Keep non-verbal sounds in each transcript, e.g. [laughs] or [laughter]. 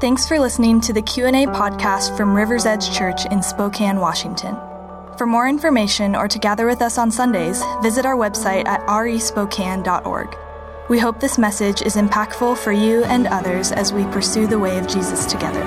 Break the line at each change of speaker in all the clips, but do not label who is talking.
Thanks for listening to the Q&A podcast from Rivers Edge Church in Spokane, Washington. For more information or to gather with us on Sundays, visit our website at respokane.org. We hope this message is impactful for you and others as we pursue the way of Jesus together.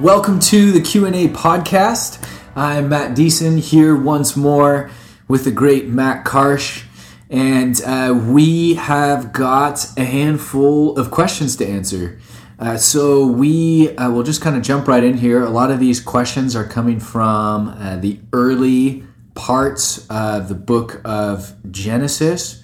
Welcome to the Q&A podcast. I'm Matt Deason here once more with the great Matt Karsh. And uh, we have got a handful of questions to answer. Uh, so we uh, will just kind of jump right in here. A lot of these questions are coming from uh, the early parts of the book of Genesis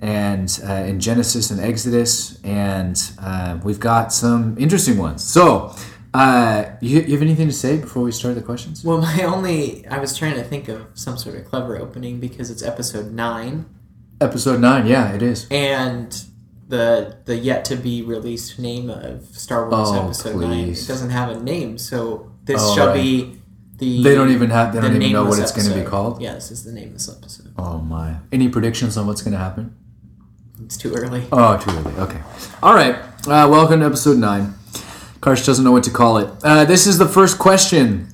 and uh, in Genesis and Exodus, and uh, we've got some interesting ones. So, uh, you, you have anything to say before we start the questions?
Well, my [laughs] only. I was trying to think of some sort of clever opening because it's episode nine,
Episode nine, yeah, it is.
and the the yet to be released name of Star Wars
Oh,
Episode Nine it
please.
doesn't have a name, so this
Oh,
shall
right.
be the.
They don't even have. They
the
don't even know what
nameless
it's going to be
episode.
called.
Yeah, this is the nameless episode.
Oh my! Any predictions on what's going to happen?
It's too early.
Oh, too early. Okay. All right. Uh, welcome to episode nine. Karsh doesn't know what to call it. Uh, this is the first question.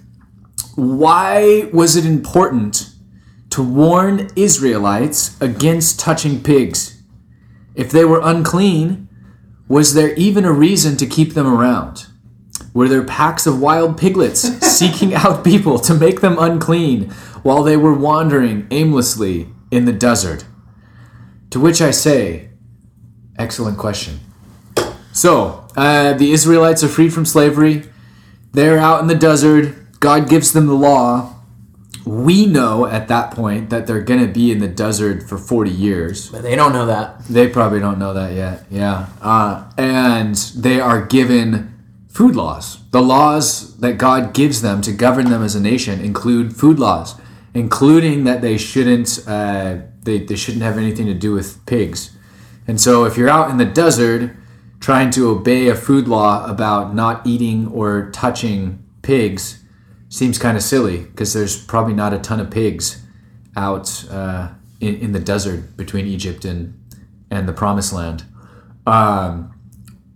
Why was it important to warn Israelites against touching pigs? If they were unclean, was there even a reason to keep them around? Were there packs of wild piglets seeking out people to make them unclean while they were wandering aimlessly in the desert? To which I say, Excellent question. So, uh, the Israelites are freed from slavery. They're out in the desert. God gives them the law. We know at that point that they're going to be in the desert for 40 years.
But they don't know that. [laughs]
They probably don't know that yet. Yeah. Uh, and they are given food laws. The laws that God gives them to govern them as a nation include food laws, including that they shouldn't uh, they, they shouldn't have anything to do with pigs. And so if you're out in the desert trying to obey a food law about not eating or touching pigs, seems kind of silly because there's probably not a ton of pigs out uh, in, in the desert between Egypt and and the Promised Land. Um,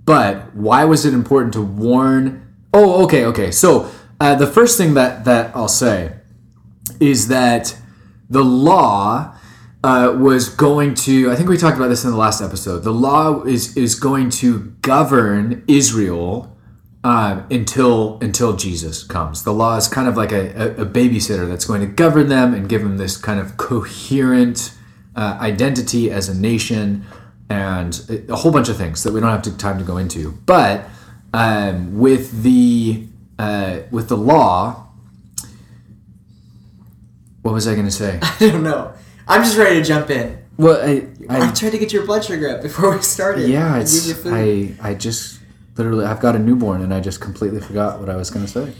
but why was it important to warn? Oh, okay, okay. So uh, the first thing that that I'll say is that the law uh, was going to. I think we talked about this in the last episode. The law is is going to govern Israel um, until until Jesus comes. The law is kind of like a, a, a babysitter that's going to govern them and give them this kind of coherent uh, identity as a nation and a- a whole bunch of things that we don't have to, time to go into. But um, with the uh, with the law, what was I going to say?
I don't know. I'm just ready to jump in.
Well, I,
I
I
tried to get your blood sugar up before we started.
yeah,
I gave you
it's
food.
I I just literally I've got a newborn and I just completely forgot what I was gonna say.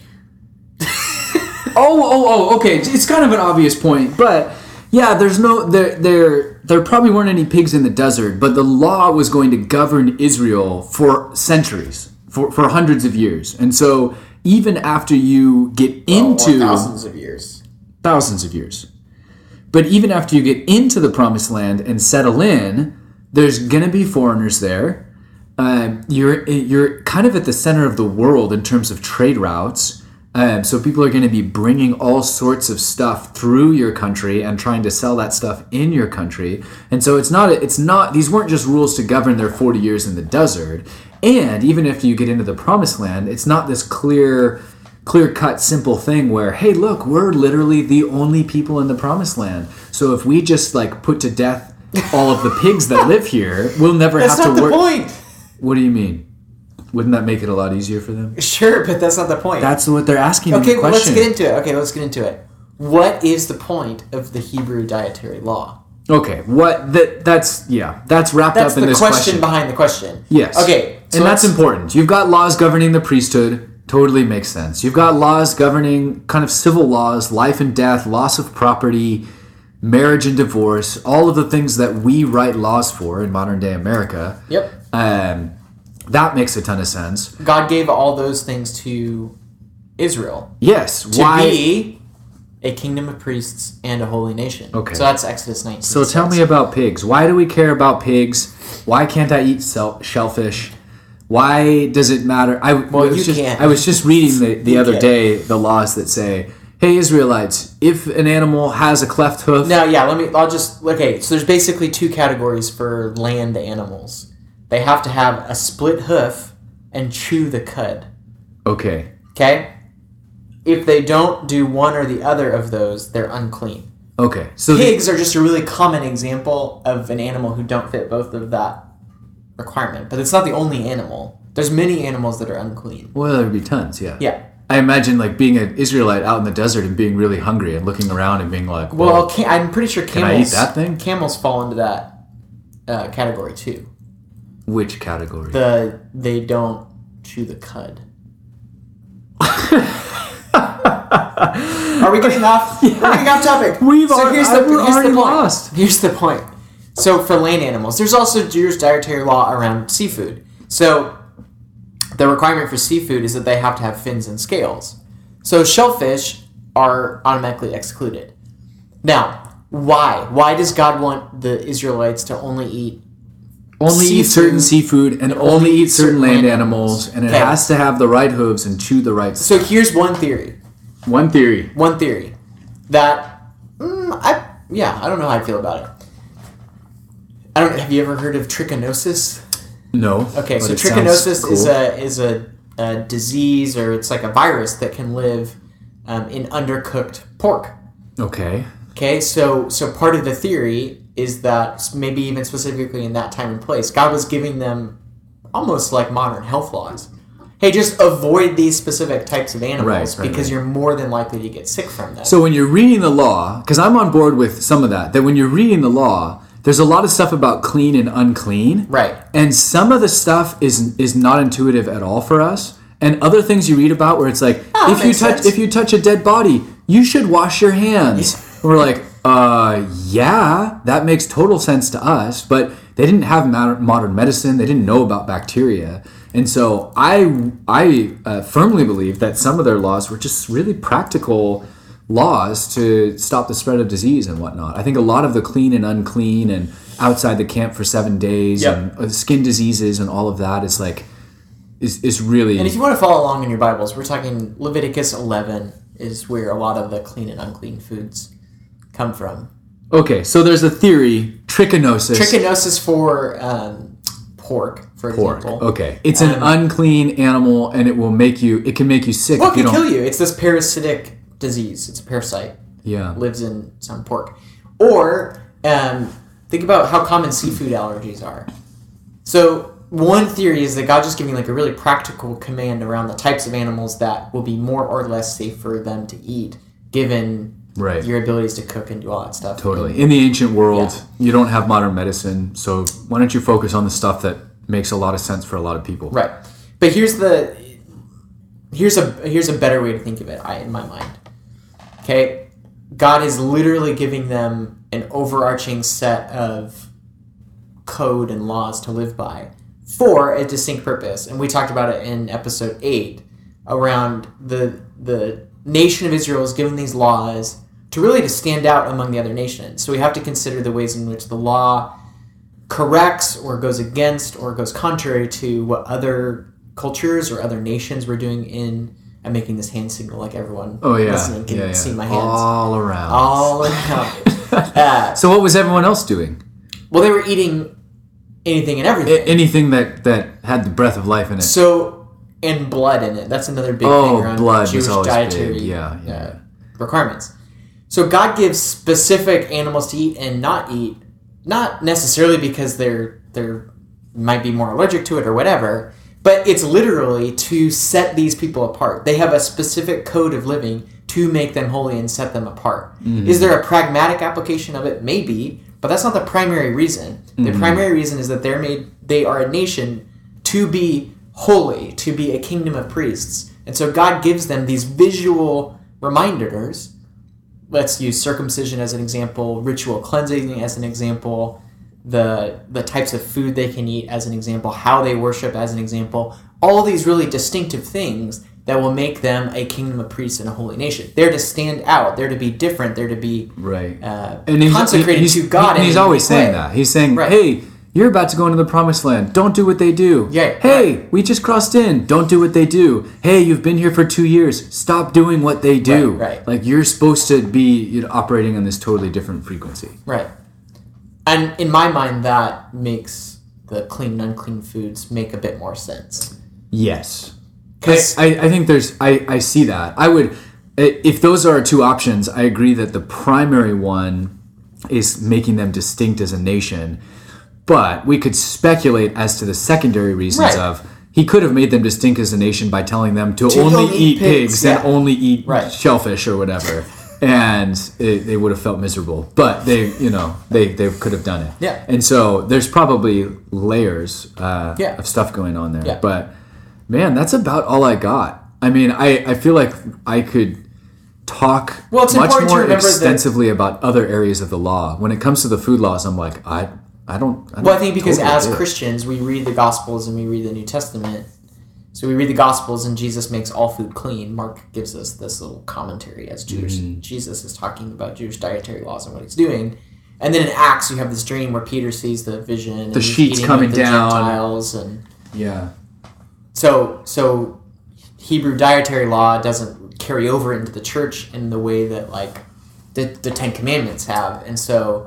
oh oh oh okay, it's kind of an obvious point, but yeah, there's no there there there probably weren't any pigs in the desert, but the law was going to govern Israel for centuries, for for hundreds of years, and so even after you get into
thousands of years.
thousands of years. But even after you get into the promised land and settle in, there's gonna be foreigners there. Um, you're you're kind of at the center of the world in terms of trade routes. Um, so people are going to be bringing all sorts of stuff through your country and trying to sell that stuff in your country. And so it's not it's not these weren't just rules to govern their 40 years in the desert. And even after you get into the promised land, it's not this clear clear cut simple thing where hey look we're literally the only people in the promised land so if we just like put to death all of the pigs that live here we'll never
That's
have
not
to
the
work
point. [laughs]
what do you mean wouldn't that make it a lot easier for them
Sure, but that's not the point.
that's what they're asking in
okay,
the
well, let's
question
get into it. Okay, let's get into it. What is the point of the Hebrew dietary law?
okay what that that's yeah that's wrapped
That's
up in
the
this
question,
question,
behind the question.
yes
Okay. so
and that's
let's-
important you've got laws governing the priesthood totally makes sense you've got laws governing kind of civil laws life and death loss of property marriage and divorce all of the things that we write laws for in modern day america
Yep.
um, that makes a ton of sense
God gave all those things to Israel
Yes.
to
why?
be a kingdom of priests and a holy nation.
Okay.
So that's Exodus 19.
So tell me about pigs. Why do we care about pigs? Why can't I eat sel- shellfish? Why does it matter? I, I was
you
just,
can't.
I was just reading the, the
You
other
can't.
day the laws that say, hey, Israelites, if an animal has a cleft hoof,
No, yeah, let me. I'll just. Okay, so there's basically two categories for land animals. They have to have a split hoof and chew the cud.
okay,
Okay? If they don't do one or the other of those, they're unclean.
okay. So the-
Pigs are just a really common example of an animal who don't fit both of that requirement, but it's not the only animal. There's many animals that are unclean.
well, there'd be tons, yeah.
Yeah.
I imagine like being an Israelite out in the desert and being really hungry and looking around and being like, well,
Well, ca- I'm pretty sure
I
camels.
eat that thing?
Camels fall into that uh, category too.
which category?
The they don't chew the cud. Are we getting [laughs] off? We're getting off topic.
We've al- I- we're
here's
already
point.
lost.
Here's the point. So for land animals, there's also Jewish dietary law around seafood. So the requirement for seafood is that they have to have fins and scales. So shellfish are automatically excluded. Now, why? Why does God want the Israelites to only eat
only eat
seafood-
certain seafood and only, eat certain land animals, and it
Okay.
has to have the right hooves and chew the right.
So here's one theory.
One theory.
One theory that mm, I yeah I don't know how I feel about it. I don't. Have you ever heard of trichinosis?
No.
Okay,
but
so
it sounds
trichinosis is
cool.
a is a, a disease or it's like a virus that can live um, in undercooked pork.
Okay.
Okay, so so part of the theory is that maybe even specifically in that time and place, God was giving them almost like modern health laws. Hey, just avoid these specific types of animals
Right, right,
because
right.
you're more than likely to get sick from them.
So when you're reading the law, because I'm on board with some of that, that when you're reading the law, there's a lot of stuff about clean and unclean.
Right.
And some of the stuff is is not intuitive at all for us. And other things you read about where it's like,
Oh,
if you
makes
touch
sense.
if you touch a dead body, you should wash your hands. And We're like, uh, yeah, that makes total sense to us. But they didn't have mod- modern medicine. They didn't know about bacteria. And so I I uh, firmly believe that some of their laws were just really practical laws to stop the spread of disease and whatnot. I think a lot of the clean and unclean and outside the camp for seven days
Yep.
and uh, skin diseases and all of that is like is, is really
and if you want to follow along in your Bibles, we're talking Leviticus 11 is where a lot of the clean and unclean foods come from.
okay. So there's a theory trichinosis.
Trichinosis for um, pork, Um, for
pork.
example.
Okay, it's an unclean animal, and it will make you. It can make you sick
Well,
if
it
you
can
don't.
kill you. It's this parasitic disease. It's a parasite.
Yeah.
lives in some pork. Or um, think about how common seafood allergies are. So one theory is that God just giving like a really practical command around the types of animals that will be more or less safe for them to eat, given
Right.
your abilities to cook and do all that stuff.
Totally. In the ancient world, you don't have modern medicine, so why don't you focus on the stuff that makes a lot of sense for a lot of people?
Right. But here's the here's a here's a better way to think of it I, in my mind. Okay? God is literally giving them an overarching set of code and laws to live by for a distinct purpose. And we talked about it in episode 8 around the the nation of Israel is given these laws to really to stand out among the other nations. So we have to consider the ways in which the law corrects or goes against or goes contrary to what other cultures or other nations were doing in I'm making this hand signal like everyone
Oh yeah.
listening can
yeah, yeah.
see my hands
all around.
all around. uh,
so what was everyone else doing?
well, they were eating anything and everything.
A- anything that that had the breath of life in it.
so and blood in it. That's another big
Oh,
thing around
blood was
Jewish
always
dietary
big. Yeah, yeah,
uh, requirements. So God gives specific animals to eat and not eat, not necessarily because they're they're might be more allergic to it or whatever, but it's literally to set these people apart. They have a specific code of living to make them holy and set them apart. Is there a pragmatic application of it? Maybe, but that's not the primary reason. The primary reason is that they're made they are a nation to be holy, to be a kingdom of priests. And so God gives them these visual reminders. Let's use circumcision as an example, ritual cleansing as an example, the the types of food they can eat as an example, how they worship as an example, all these really distinctive things that will make them a kingdom of priests and a holy nation. They're to stand out. They're to be different. They're to be
Right.
uh,
and he's,
consecrated
he's,
to God.
And
in
he's
a
always
way.
saying that. He's saying,
Right.
hey, you're about to go into the promised land. Don't do what they do.
Yeah,
Hey, we just crossed in. Don't do what they do. Hey, you've been here for two years. Stop doing what they do.
Right, right.
Like you're supposed to be you know, operating on this totally different frequency.
Right. And in my mind, that makes the clean and unclean foods make a bit more sense.
Yes. I,
'Cause-
I, I think there's I, I see that. I would i- if those are our two options, I agree that the primary one is making them distinct as a nation. But we could speculate as to the secondary reasons
Right.
of he could have made them distinct as a nation by telling them to, only,
only
eat
eat
pigs,
pigs,
and
yeah.
only eat
Right.
shellfish or whatever. and it, they would have felt miserable. But they, you know, they, they could have done it.
Yeah.
And so there's probably layers uh,
Yeah.
of stuff going on there.
Yeah.
But man, that's about all I got. I mean, I, I feel like I could talk
Well, it's
much
important to
more
remember that-
extensively about other areas of the law. When it comes to the food laws, I'm like, I I don't. I don't
Well, I think because
totally
as
get it.
Christians, we read the Gospels and we read the New Testament. So we read the Gospels and Jesus makes all food clean. Mark gives us this little commentary as Jewish,
Mm-hmm.
Jesus is talking about Jewish dietary laws and what he's doing. And then in Acts, you have this dream where Peter sees the vision. And
The
he's
sheets
eating with
coming
the
down.
Gentiles and
yeah,
So so Hebrew dietary law doesn't carry over into the church in the way that like the, the Ten Commandments have, and so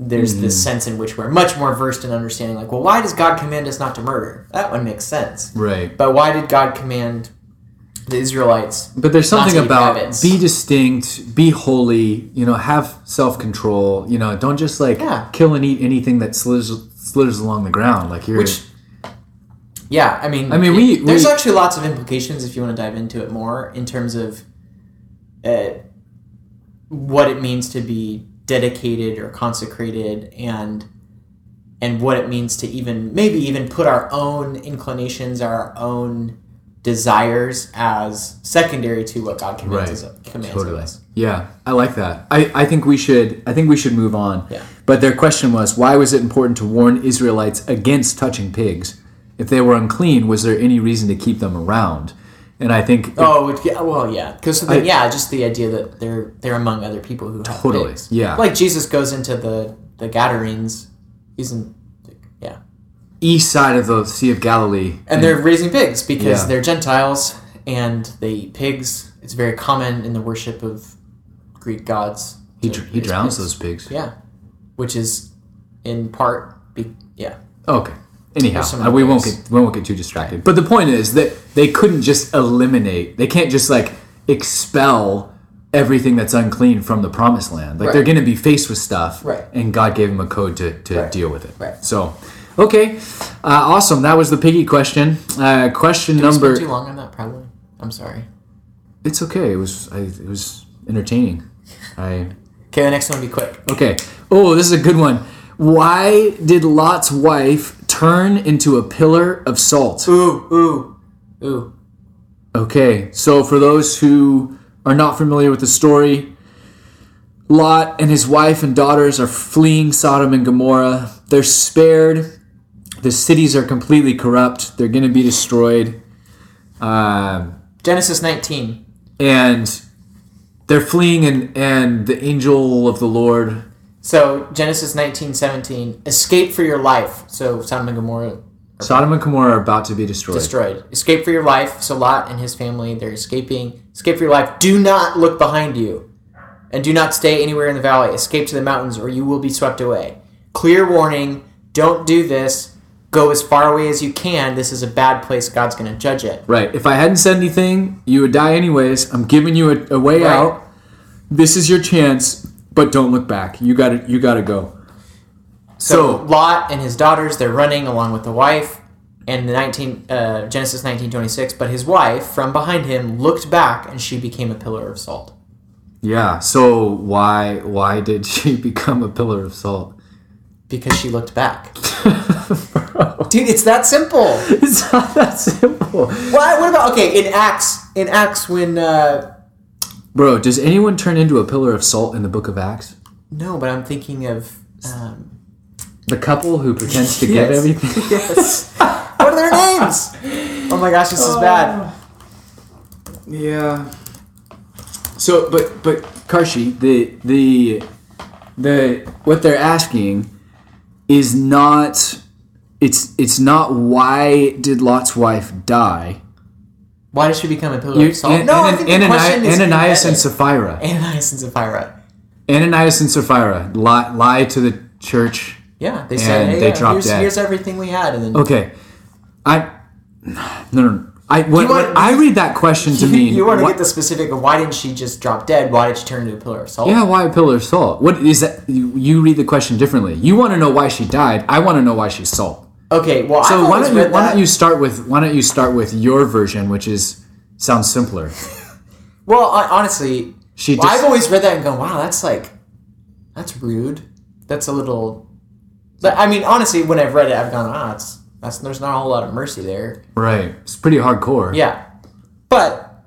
there's this sense in which we're much more versed in understanding like, well, why does God command us not to murder? That one makes sense,
right.
but why did God command the Israelites?
But there's
not to
something
eat
about
rabbits?
be distinct, be holy. You know, have self control. You know, don't just like
Yeah.
kill and eat anything that slithers slithers along the ground. Like you're
Which- Yeah, I mean,
I mean, we-
there's
we-
actually lots of implications if you want to dive into it more in terms of uh, what it means to be dedicated or consecrated, and and what it means to even maybe even put our own inclinations, our own desires as secondary to what God commands us. Commands of
Totally.
us.
Yeah, I like that. I, I think we should I think we should move on.
Yeah.
But their question was why was it important to warn Israelites against touching pigs? If they were unclean, was there any reason to keep them around? And I think
Oh it, yeah, well, yeah. Because
I-
yeah, just the idea that they're they're among other people who have
Totally,
pigs.
yeah.
Like Jesus goes into the the Gadarenes. He's in, yeah,
east side of the Sea of Galilee.
and they're raising pigs because
Mm. Yeah.
they're Gentiles and they eat pigs. It's very common in the worship of Greek gods.
he,
to
dr- he
raise
drowns
pigs.
those pigs.
Yeah, which is in part, be, yeah,
Okay. Anyhow,
some
uh, we won't
ways.
get we won't get too distracted. But the point is that they couldn't just eliminate. They can't just like expel everything that's unclean from the promised land. Like they're
Right.
going to be faced with stuff,
Right.
and God gave them a code to, to
Right.
deal with it.
Right.
So, okay, uh, awesome. That was the piggy question. Uh, question
We spent
number.
too long on that probably. I'm sorry.
It's okay. It was I, it was entertaining. I
Okay, the next one will be quick.
Okay. Oh, this is a good one. Why did Lot's wife turn into a pillar of salt?
Ooh, ooh, ooh.
Okay, so for those who are not familiar with the story, Lot and his wife and daughters are fleeing Sodom and Gomorrah. They're spared. The cities are completely corrupt. They're going to be destroyed. Um,
Genesis 19.
and they're fleeing, and, and the angel of the Lord.
So Genesis nineteen seventeen, escape for your life. So Sodom and Gomorrah
Sodom and Gomorrah are about to be destroyed.
destroyed. Escape for your life. So Lot and his family they're escaping. Escape for your life. Do not look behind you, and do not stay anywhere in the valley. Escape to the mountains, or you will be swept away. Clear warning. Don't do this. Go as far away as you can. This is a bad place. God's going to judge it.
Right. If I hadn't said anything, you would die anyways. I'm giving you a, a way
Right.
out. This is your chance, but don't look back. You got to you got to go.
So
So,
Lot and his daughters, they're running along with the wife, and the nineteen uh, Genesis nineteen twenty six. But his wife, from behind him, looked back, and she became a pillar of salt.
yeah. So why why did she [laughs] become a pillar of salt?
because she looked back. Dude, it's that simple.
[laughs] It's not that simple.
What, what about okay in Acts? In Acts, when uh,
Bro, does anyone turn into a pillar of salt in the book of Acts?
no, but I'm thinking of um, [laughs]
The couple who pretends to get [laughs]
Yes.
everything.
yes. what are their names? Oh my gosh, this is bad.
Yeah. So, but but Karshi, the the the what they're asking is not it's it's not why did Lot's wife die?
Why does she become a pillar of salt?
An-
no, I
An-
think the
Anani-
question is
Ananias and
embedded.
Sapphira.
Ananias and Sapphira.
Ananias and Sapphira lie, lie to the church.
Yeah, they said,
And
hey,
they
yeah,
dropped
here's,
dead.
here's everything we had, and then [laughs]
Okay, I no no. no. I when,
You want-
when I read that question to
[laughs] you,
mean
you want to
why-
get the specific of why didn't she just drop dead? Why did she turn into a pillar of salt?
Yeah, why a pillar of salt? What is that? You, you read the question differently. You want to know why she died. I want to know why she's salt.
Okay. Well,
So
I've
why
always
don't you
read
why
that-
don't you start with why don't you start with your version, which is sounds simpler.
Well, I, honestly,
She
well,
just-
I've always read that and gone, wow, that's like, that's rude. That's a little. But, I mean, honestly, when I've read it, I've gone, ah, it's, that's there's not a whole lot of mercy there.
Right. It's pretty hardcore.
Yeah, but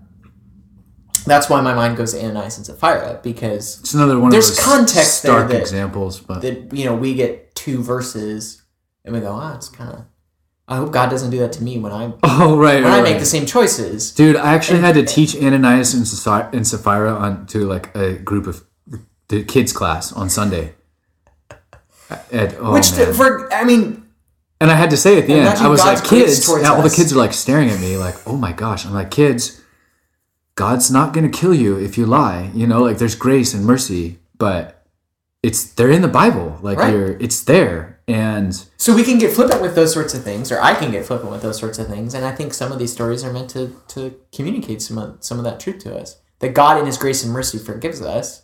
that's why my mind goes to Ananias and Sapphira because
It's another one
There's
of those
context there
stark
that-
examples, but
that you know we get two verses and we go, ah, it's kind of. I hope God doesn't do that to me when I when
[laughs] Oh, right. right,
I
right.
make the same choices.
Dude, I actually had to teach Ananias and Sapphira, and Sapphira on to like a group of the kids class on Sunday. At, oh,
Which
man.
the, for I mean,
And I had to say at the end,
Imagine
I was
God's
like,
grace
kids,
towards
and all the
us.
kids are like staring at me, like, oh my gosh. I'm like, kids, God's not going to kill you if you lie. You know, like there's grace and mercy, but it's, they're in the Bible. Like
Right.
you're, it's there. And
So we can get flippant with those sorts of things, or I can get flippant with those sorts of things, and I think some of these stories are meant to, to communicate some of, some of that truth to us that God in His grace and mercy forgives us,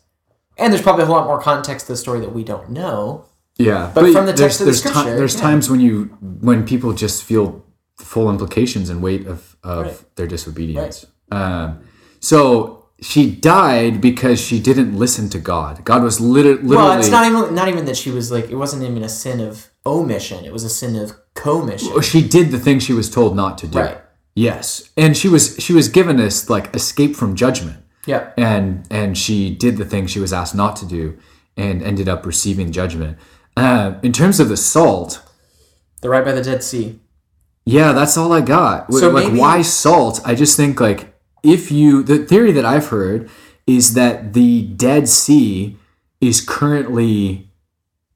and there's probably a whole lot more context to the story that we don't know.
yeah,
But from the text of the
there's, ti-
scripture,
there's
yeah.
times when you, when people just feel the full implications and weight of, of
Right.
their disobedience. Um, so she died because she didn't listen to God. God was liter- literally,
Well, it's not even not even that she was like it wasn't even a sin of omission; it was a sin of commission.
Well, she did the thing she was told not to do.
Right.
Yes, and she was she was given this like escape from judgment,
Yeah,
and and she did the thing she was asked not to do, and ended up receiving judgment. Uh, in terms of the salt,
the right by the Dead Sea.
yeah, that's all I got.
So
like,
maybe-
why salt? I just think like if you the theory that I've heard is that the Dead Sea is currently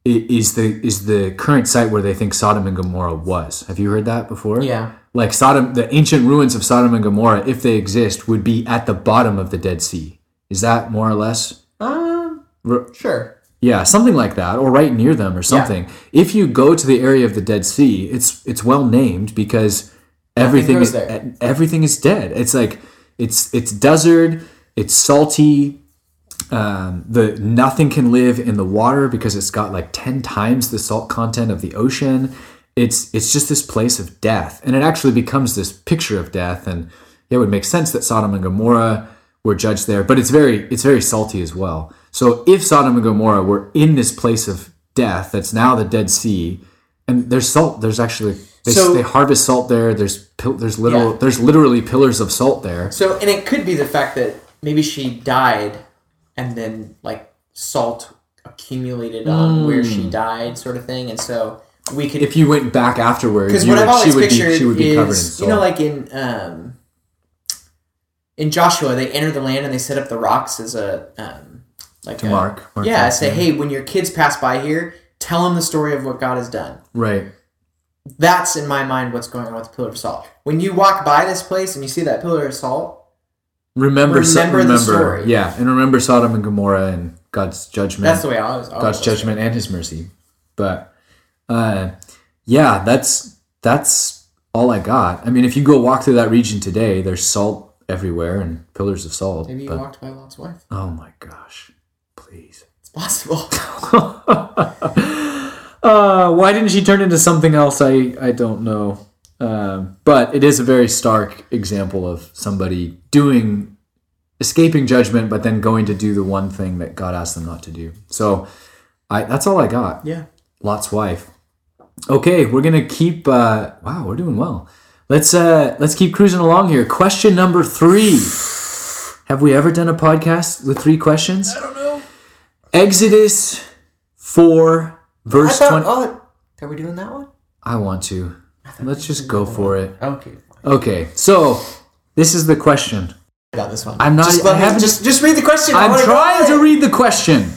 i- is the is the current site where they think Sodom and Gomorrah was. Have you heard that before?
Yeah,
like Sodom, the ancient ruins of Sodom and Gomorrah, if they exist, would be at the bottom of the Dead Sea. Is that more or less?
um,
R-
sure.
Yeah, something like that, or right near them, or something. If you go to the area of the Dead Sea, it's it's well named because everything
grows
is e,
there.
everything is dead. It's like it's it's desert. It's salty. Um, the nothing can live in the water because it's got like ten times the salt content of the ocean. It's it's just this place of death, and it actually becomes this picture of death. And it would make sense that Sodom and Gomorrah were judged there, but it's very it's very salty as well. So if Sodom and Gomorrah were in this place of death, that's now the Dead Sea, and there's salt. There's actually they,
So-
they harvest salt there. There's pil- there's literal
Yeah.
there's literally pillars of salt there.
So, and it could be the fact that maybe she died, and then like salt accumulated on where she died, sort of thing. And so we could,
Mm. if you went back afterwards,
because
you
what
would,
I've always
she would be
pictured
she would be covered in
is,
salt.
you know, like in um, in Joshua, they enter the land and they set up the rocks as a um, like to
mark- mark
yeah,
them,
say, hey, when your kids pass by here, tell them the story of what God has done.
right.
That's in my mind what's going on with the pillar of salt. When you walk by this place and you see that pillar of salt,
Remember, remember,
Remember the
remember
story.
yeah, and remember Sodom and Gomorrah and God's judgment.
that's the way I was. I
God's
was
judgment and His mercy. But uh, yeah, that's that's all I got. I mean, if you go walk through that region today, there's salt everywhere and pillars of salt.
Maybe you
but-
walked by Lot's wife.
oh my gosh, please.
It's [laughs] possible.
[laughs] uh, why didn't she turn into something else? I I don't know. Um, but it is a very stark example of somebody doing escaping judgment, but then going to do the one thing that God asked them not to do. So I that's all I got.
yeah.
Lot's wife. Okay, we're gonna keep. Uh, wow, we're doing well. Let's uh, let's keep cruising along here. Question number three. Have we ever done a podcast with three questions? I don't know. Exodus four verse twenty.
oh, are we doing that one?
I want to. Let's just go for it.
Okay.
Okay, so this is the question.
about this one.
I'm not-
Just,
I
let me-
haven't-
just, just read the question. I
I'm
wanna go
trying
with
to
it.
read the question.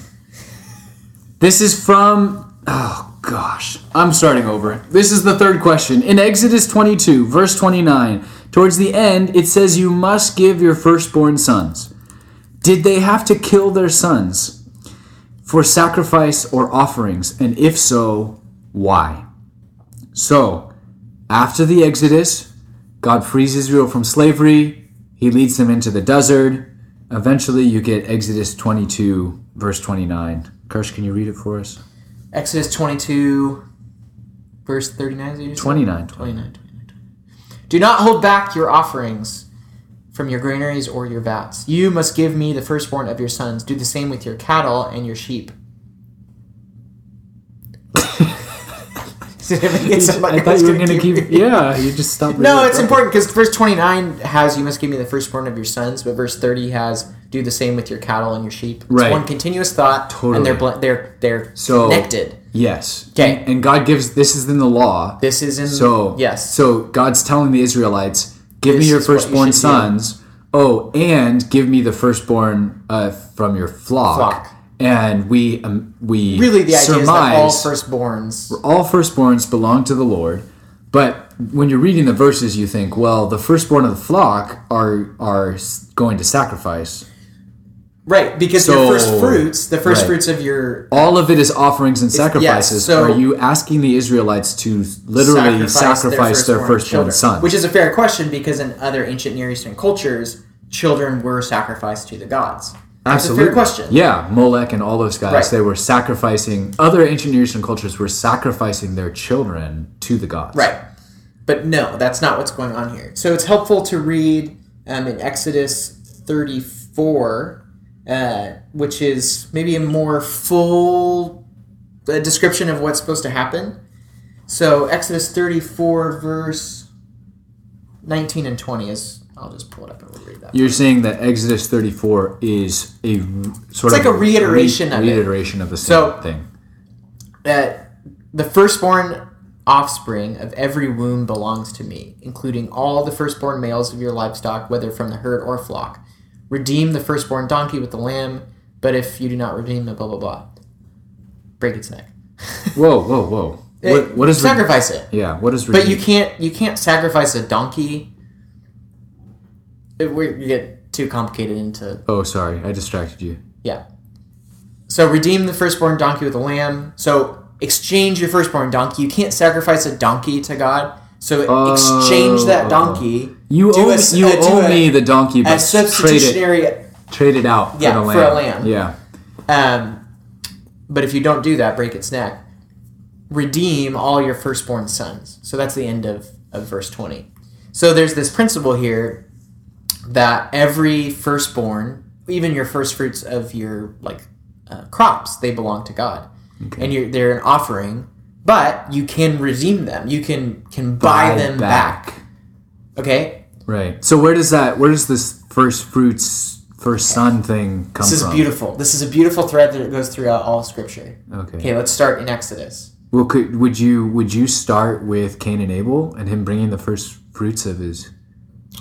This is from. Oh, gosh. I'm starting over. This is the third question. In Exodus 22, verse 29, towards the end, it says, You must give your firstborn sons. Did they have to kill their sons for sacrifice or offerings? And if so, why? So, after the Exodus, God frees Israel from slavery. He leads them into the desert. Eventually, you get Exodus 22, verse 29. Kirsch, can you read it for us?
Exodus 22, verse 39. did you say?
29.
29, 29, 29. Do not hold back your offerings from your granaries or your vats. You must give me the firstborn of your sons. Do the same with your cattle and your [laughs] sheep.
I thought
[laughs]
you were going to keep. Yeah, you just stopped.
No,
reading.
it's important because verse 29 has, You must give me the firstborn of your sons, but verse 30 has, Do the same with your cattle and your sheep. It's
Right.
one continuous thought, and they're,
Totally.
bl- they're, they're
So-
connected.
Yes.
Okay.
And God gives. This is in the law.
This is in.
So
yes.
So God's telling the Israelites, "Give me
This
your
is what you
firstborn
should do."
sons. Oh, and give me the firstborn uh, from your flock."
Flock.
And we um, we
really the idea is that all
surmise-
firstborns
all firstborns belong to the Lord. But when you're reading the verses, you think, well, the firstborn of the flock are are s- going to sacrifice.
right because
So-
your first fruits the first
right.
fruits of your
All of it is offerings and sacrifices.
so-
are you asking the Israelites to literally sacrifice their firstborn,
children.
son?
which is a fair question because in other ancient near eastern cultures children were sacrificed to the gods That's a fair question
Yeah, Molech and all those guys,
Right.
they were sacrificing. Other ancient Near Eastern cultures were sacrificing their children to the gods.
right but no that's not what's going on here so it's helpful to read um, in exodus 34 uh, which is maybe a more full uh, description of what's supposed to happen So Exodus 34 verse 19 and 20 is I'll just pull it up and we'll read that.
You're saying that Exodus 34 is a r- sort of
It's like a reiteration of it.
reiteration of the same
So-
thing.
That the firstborn offspring of every womb belongs to me, including all the firstborn males of your livestock, whether from the herd or flock. Redeem the firstborn donkey with the lamb, but if you do not redeem the blah blah blah, break its neck. Eh,
Whoa, whoa, whoa! What, what is re-
sacrifice it?
yeah? What is
But you
redeem-
can't you can't sacrifice a donkey. It, we you get too complicated into
Oh, sorry, I distracted you.
Yeah. So redeem the firstborn donkey with a lamb. So exchange your firstborn donkey. You can't sacrifice a donkey to God. So exchange that donkey.
Oh, You
Do
owe,
a s-
you
uh, do
owe
a-
me the donkey,
a
but trade it,
substitutionary.
trade it out
Yeah,
for, the
for a lamb.
Yeah,
Um, but if you don't do that, break its neck. Redeem all your firstborn sons. So that's the end of, of verse 20. So there's this principle here that every firstborn, even your first fruits of your like uh, crops, they belong to God, and you're, they're an offering. But you can redeem them. You can can buy, them back. Okay,
Right. So where does that? Where does this first fruits, first son thing come
this is
from?
beautiful. This is a beautiful thread that goes throughout all Scripture.
Okay.
Okay, let's start in Exodus.
Well, could would you would you start with Cain and Abel and him bringing the first fruits of his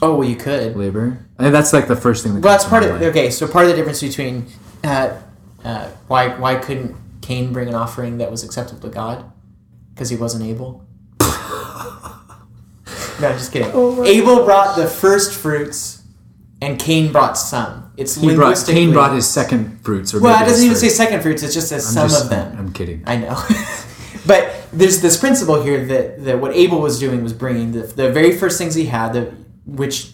Oh, well, you could.
labor? I mean, that's like the first thing. That
Well,
comes
that's
to
part
my
of
mind.
okay. So part of the difference between uh, uh, why why couldn't Cain bring an offering that was acceptable to God because he wasn't
[laughs]
able. no, I'm just kidding. Abel brought the first fruits, and Cain brought some. It's
He brought
linguistically.
Cain brought his second fruits. Or
Well,
maybe
it
his
doesn't even
first.
say second fruits. It just says some
Just-
of them.
I'm kidding.
I know. [laughs] but there's this principle here that, that what Abel was doing was bringing the, the very first things he had, the, which,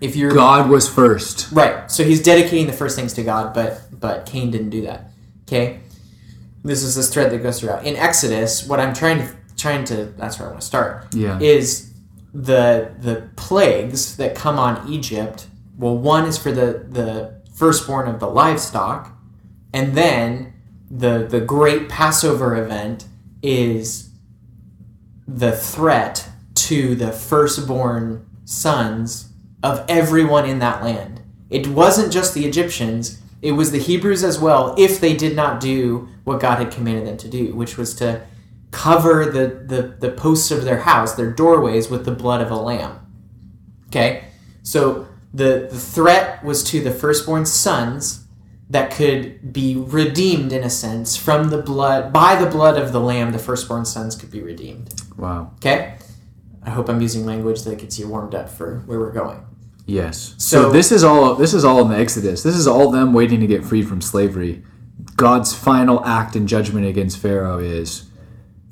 if you're
God was first.
Right. So he's dedicating the first things to God, but but Cain didn't do that. Okay. This is this thread that goes throughout in Exodus. What I'm trying to trying to that's where I want to start.
Yeah.
Is the the plagues that come on Egypt? Well, one is for the the firstborn of the livestock, and then the the great Passover event is the threat to the firstborn sons of everyone in that land. It wasn't just the Egyptians, it was the Hebrews as well, if they did not do what God had commanded them to do, which was to cover the, the, the posts of their house, their doorways, with the blood of a lamb. Okay? So the, the threat was to the firstborn sons that could be redeemed in a sense from the blood by the blood of the lamb the firstborn sons could be redeemed
Wow.
okay i hope i'm using language that gets you warmed up for where we're going
Yes. So,
So-
this is all this is all in the Exodus. This is all them waiting to get freed from slavery. God's final act in judgment against Pharaoh is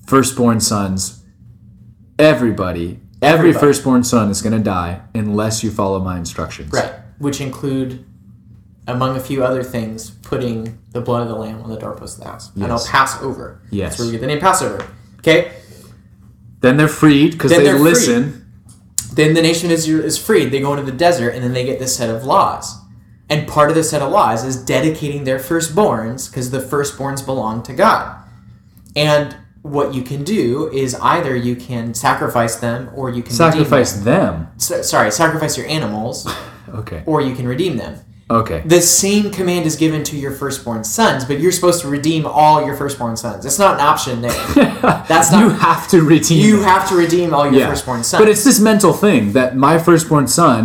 firstborn sons. Everybody, every
Everybody.
firstborn son is going to die unless you follow my instructions.
right which include among a few other things putting the blood of the lamb on the doorpost of the house and i'll
Yes.
pass over
Yes.
that's where we get the name passover okay
Then they're freed because
Then
they
they're freed.
listen.
then the nation of Israel is freed. They go into the desert, and then they get this set of laws. And part of the set of laws is dedicating their firstborns, because the firstborns belong to God. And what you can do is either you can sacrifice them, or you can
Sacrifice them.
Redeem them. So, sorry, sacrifice your animals,
Okay.
or you can redeem them.
Okay.
The same command is given to your firstborn sons, but you're supposed to redeem all your firstborn sons. It's not an option. Nick.
[laughs]
That's not.
you have to redeem.
You
them.
have to redeem all your
Yeah.
firstborn sons.
But it's this mental thing that my firstborn son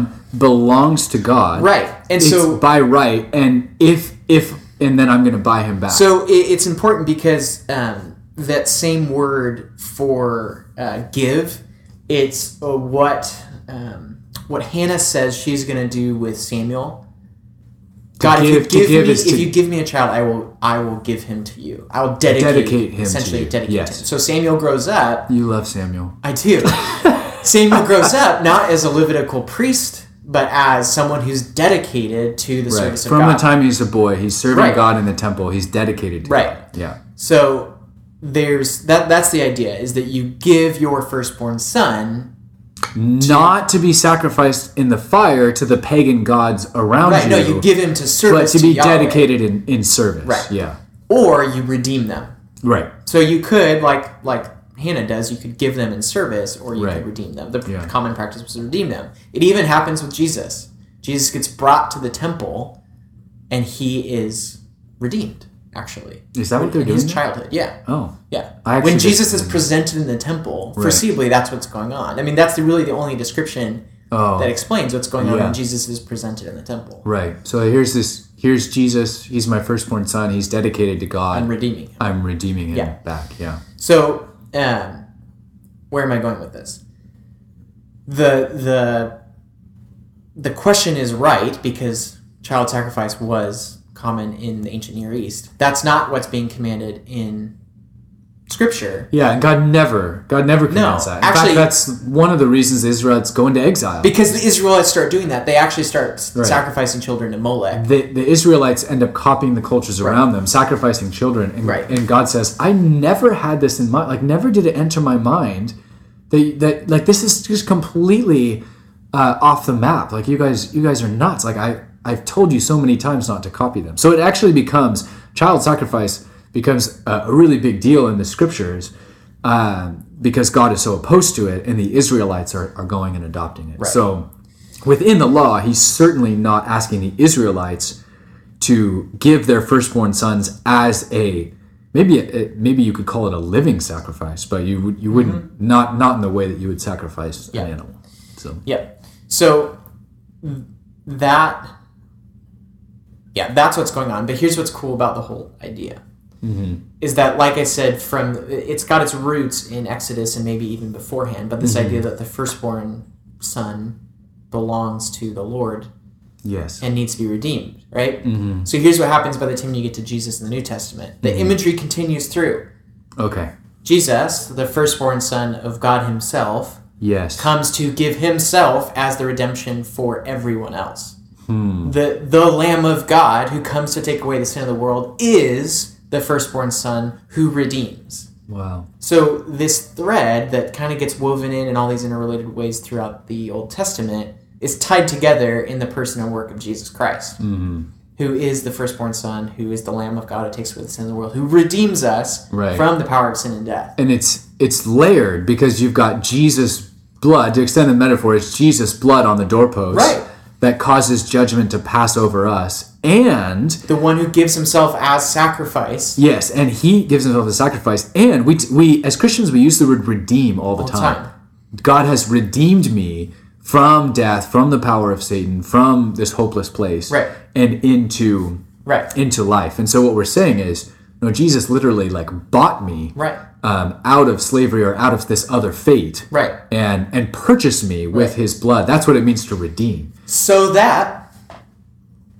belongs to God.
right, and
it's
so
by right, and if if and then I'm gonna buy him back.
So it, it's important because um, that same word for uh, give, it's uh, what um, what Hannah says she's going to do with Samuel. God,
give-
if
to
you give,
give
me,
is to-
if you give me a child, I will I will give him to you. I will dedicate,
Dedicate him to
essentially
you,
dedicate
yes.
him. So Samuel grows up.
you love Samuel.
I do.
[laughs]
Samuel grows up not as a Levitical priest, but as someone who's dedicated to the
Right.
service of
From
God.
the time he's a boy, he's serving
Right.
God in the temple. He's dedicated to
Right.
God. Yeah.
So there's that that's the idea is that you give your firstborn son
Not to be sacrificed in the fire to the pagan gods around
right
you.
no you give him to
but
service
to be
Yahweh,
dedicated in, in service.
Right.
Yeah.
or you redeem them
Right.
so you could like like Hannah does you could give them in service or you
Right.
could redeem them the
Yeah.
common practice was to redeem them it even happens with Jesus Jesus gets brought to the temple and he is redeemed actually
Is that what they're
in
doing?
his
now?
childhood yeah
Oh.
Yeah.
Mm-hmm. I actually
when Jesus
didn't-
is presented in the temple,
Right.
foreseeably that's what's going on. I mean, that's the, really the only description
Oh.
that explains what's going on
Yeah.
when Jesus is presented in the temple.
Right. So here's this. Here's Jesus. He's my firstborn son. He's dedicated to God.
I'm redeeming him.
I'm redeeming him
Yeah.
back. Yeah.
So, um, where am I going with this? The the the question is right because child sacrifice was common in the ancient Near East. That's not what's being commanded in Scripture.
Yeah, and God never, God never commands that. In
actually-
fact, that's one of the reasons the Israelites go into exile.
Because the Israelites start doing that, they actually start s-
Right.
sacrificing children to Molech.
the, the Israelites end up copying the cultures around them, sacrificing children, and,
Right.
and God says, "I never had this in mind. Like, never did it enter my mind that that like this is just completely uh, off the map. Like, you guys, you guys are nuts. Like, I I've told you so many times not to copy them. So it actually becomes child sacrifice becomes a, a really big deal in the scriptures." Um, because God is so opposed to it, and the Israelites are, are going and adopting it. So, within the law, he's certainly not asking the Israelites to give their firstborn sons as a maybe a, maybe you could call it a living sacrifice, but you would you wouldn't not not in the way that you would sacrifice
Mm-hmm. Yeah.
an animal. So
Yep. So th- that, yeah, that's what's going on. But here's what's cool about the whole idea is that, like I said, from it's got its roots in Exodus and maybe even beforehand. But this idea that the firstborn son belongs to the Lord
yes,
and needs to be redeemed, right? So here's what happens by the time you get to Jesus in the New Testament. The imagery continues through.
okay,
Jesus, the firstborn son of God Himself,
yes,
comes to give himself as the redemption for everyone else. The the Lamb of God who comes to take away the sin of the world is the firstborn son who redeems.
wow,
So this thread that kind of gets woven in in all these interrelated ways throughout the Old Testament is tied together in the person and work of Jesus Christ, who is the firstborn son, who is the Lamb of God who takes away the sin of the world, who redeems us
Right.
from the power of sin and death.
and it's it's layered because you've got Jesus blood to extend the metaphor. It's Jesus blood on the doorpost
Right.
that causes judgment to pass over us and.
The one who gives himself as sacrifice
Yes, and he gives himself a sacrifice. And we, we as Christians, we use the word redeem all the
the
time.
time.
God has redeemed me from death, from the power of Satan, from this hopeless place,
Right.
and into
Right.
into life. And so what we're saying is, no, Jesus literally like bought me
Right.
um, out of slavery or out of this other fate,
Right.
And and purchased me with
Right.
His blood. That's what it means to redeem.
so that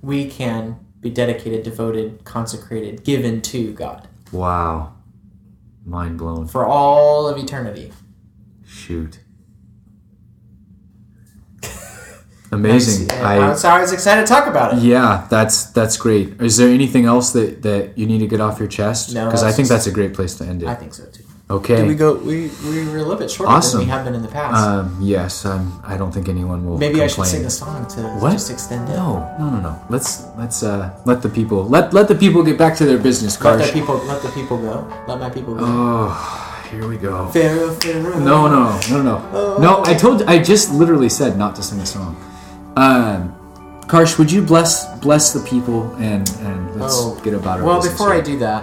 we can be dedicated, devoted, consecrated, given to God
Wow, mind blown.
for all of eternity.
Shoot. Amazing. I,
I, am uh, sorry, I was excited to talk about it.
yeah, that's that's great. Is there anything else that that you need to get off your chest?
No,
because I
that's
think
just-
that's a great place to end
I
it.
think so too.
Okay.
We go. We, we were a little bit shorter
Awesome.
than we have been in the past.
um, yes, um, I don't think anyone will.
Maybe I should
complain.
sing the song to
What?
just extend it.
No, no, no, no. Let's let's uh, let the people let let the people get back to their business.
Let the
Karsh.
people. Let the people go. Let my people go.
Oh, here we go.
Pharaoh, Pharaoh.
No, no, no, no, no. I told. I just literally said not to sing the song. Um, Karsh, would you bless bless the people and and let's
Oh.
get about our
Well,
business
before
here.
I do that,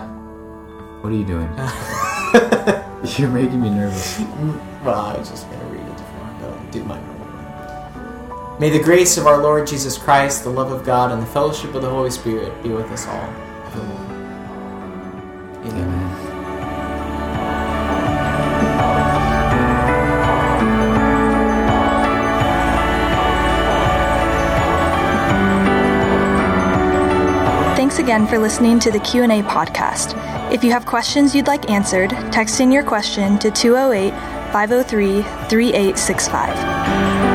what are you
[laughs]
doing? [laughs] You're making me nervous.
Well, I was just going to read it before, but I'll do my normal one. May the grace of our Lord Jesus Christ, the love of God, and the fellowship of the Holy Spirit be with us all. Amen.
Thanks again for listening to the Q&A podcast. If you have questions you'd like answered, oh text in your question to 208 503 3865.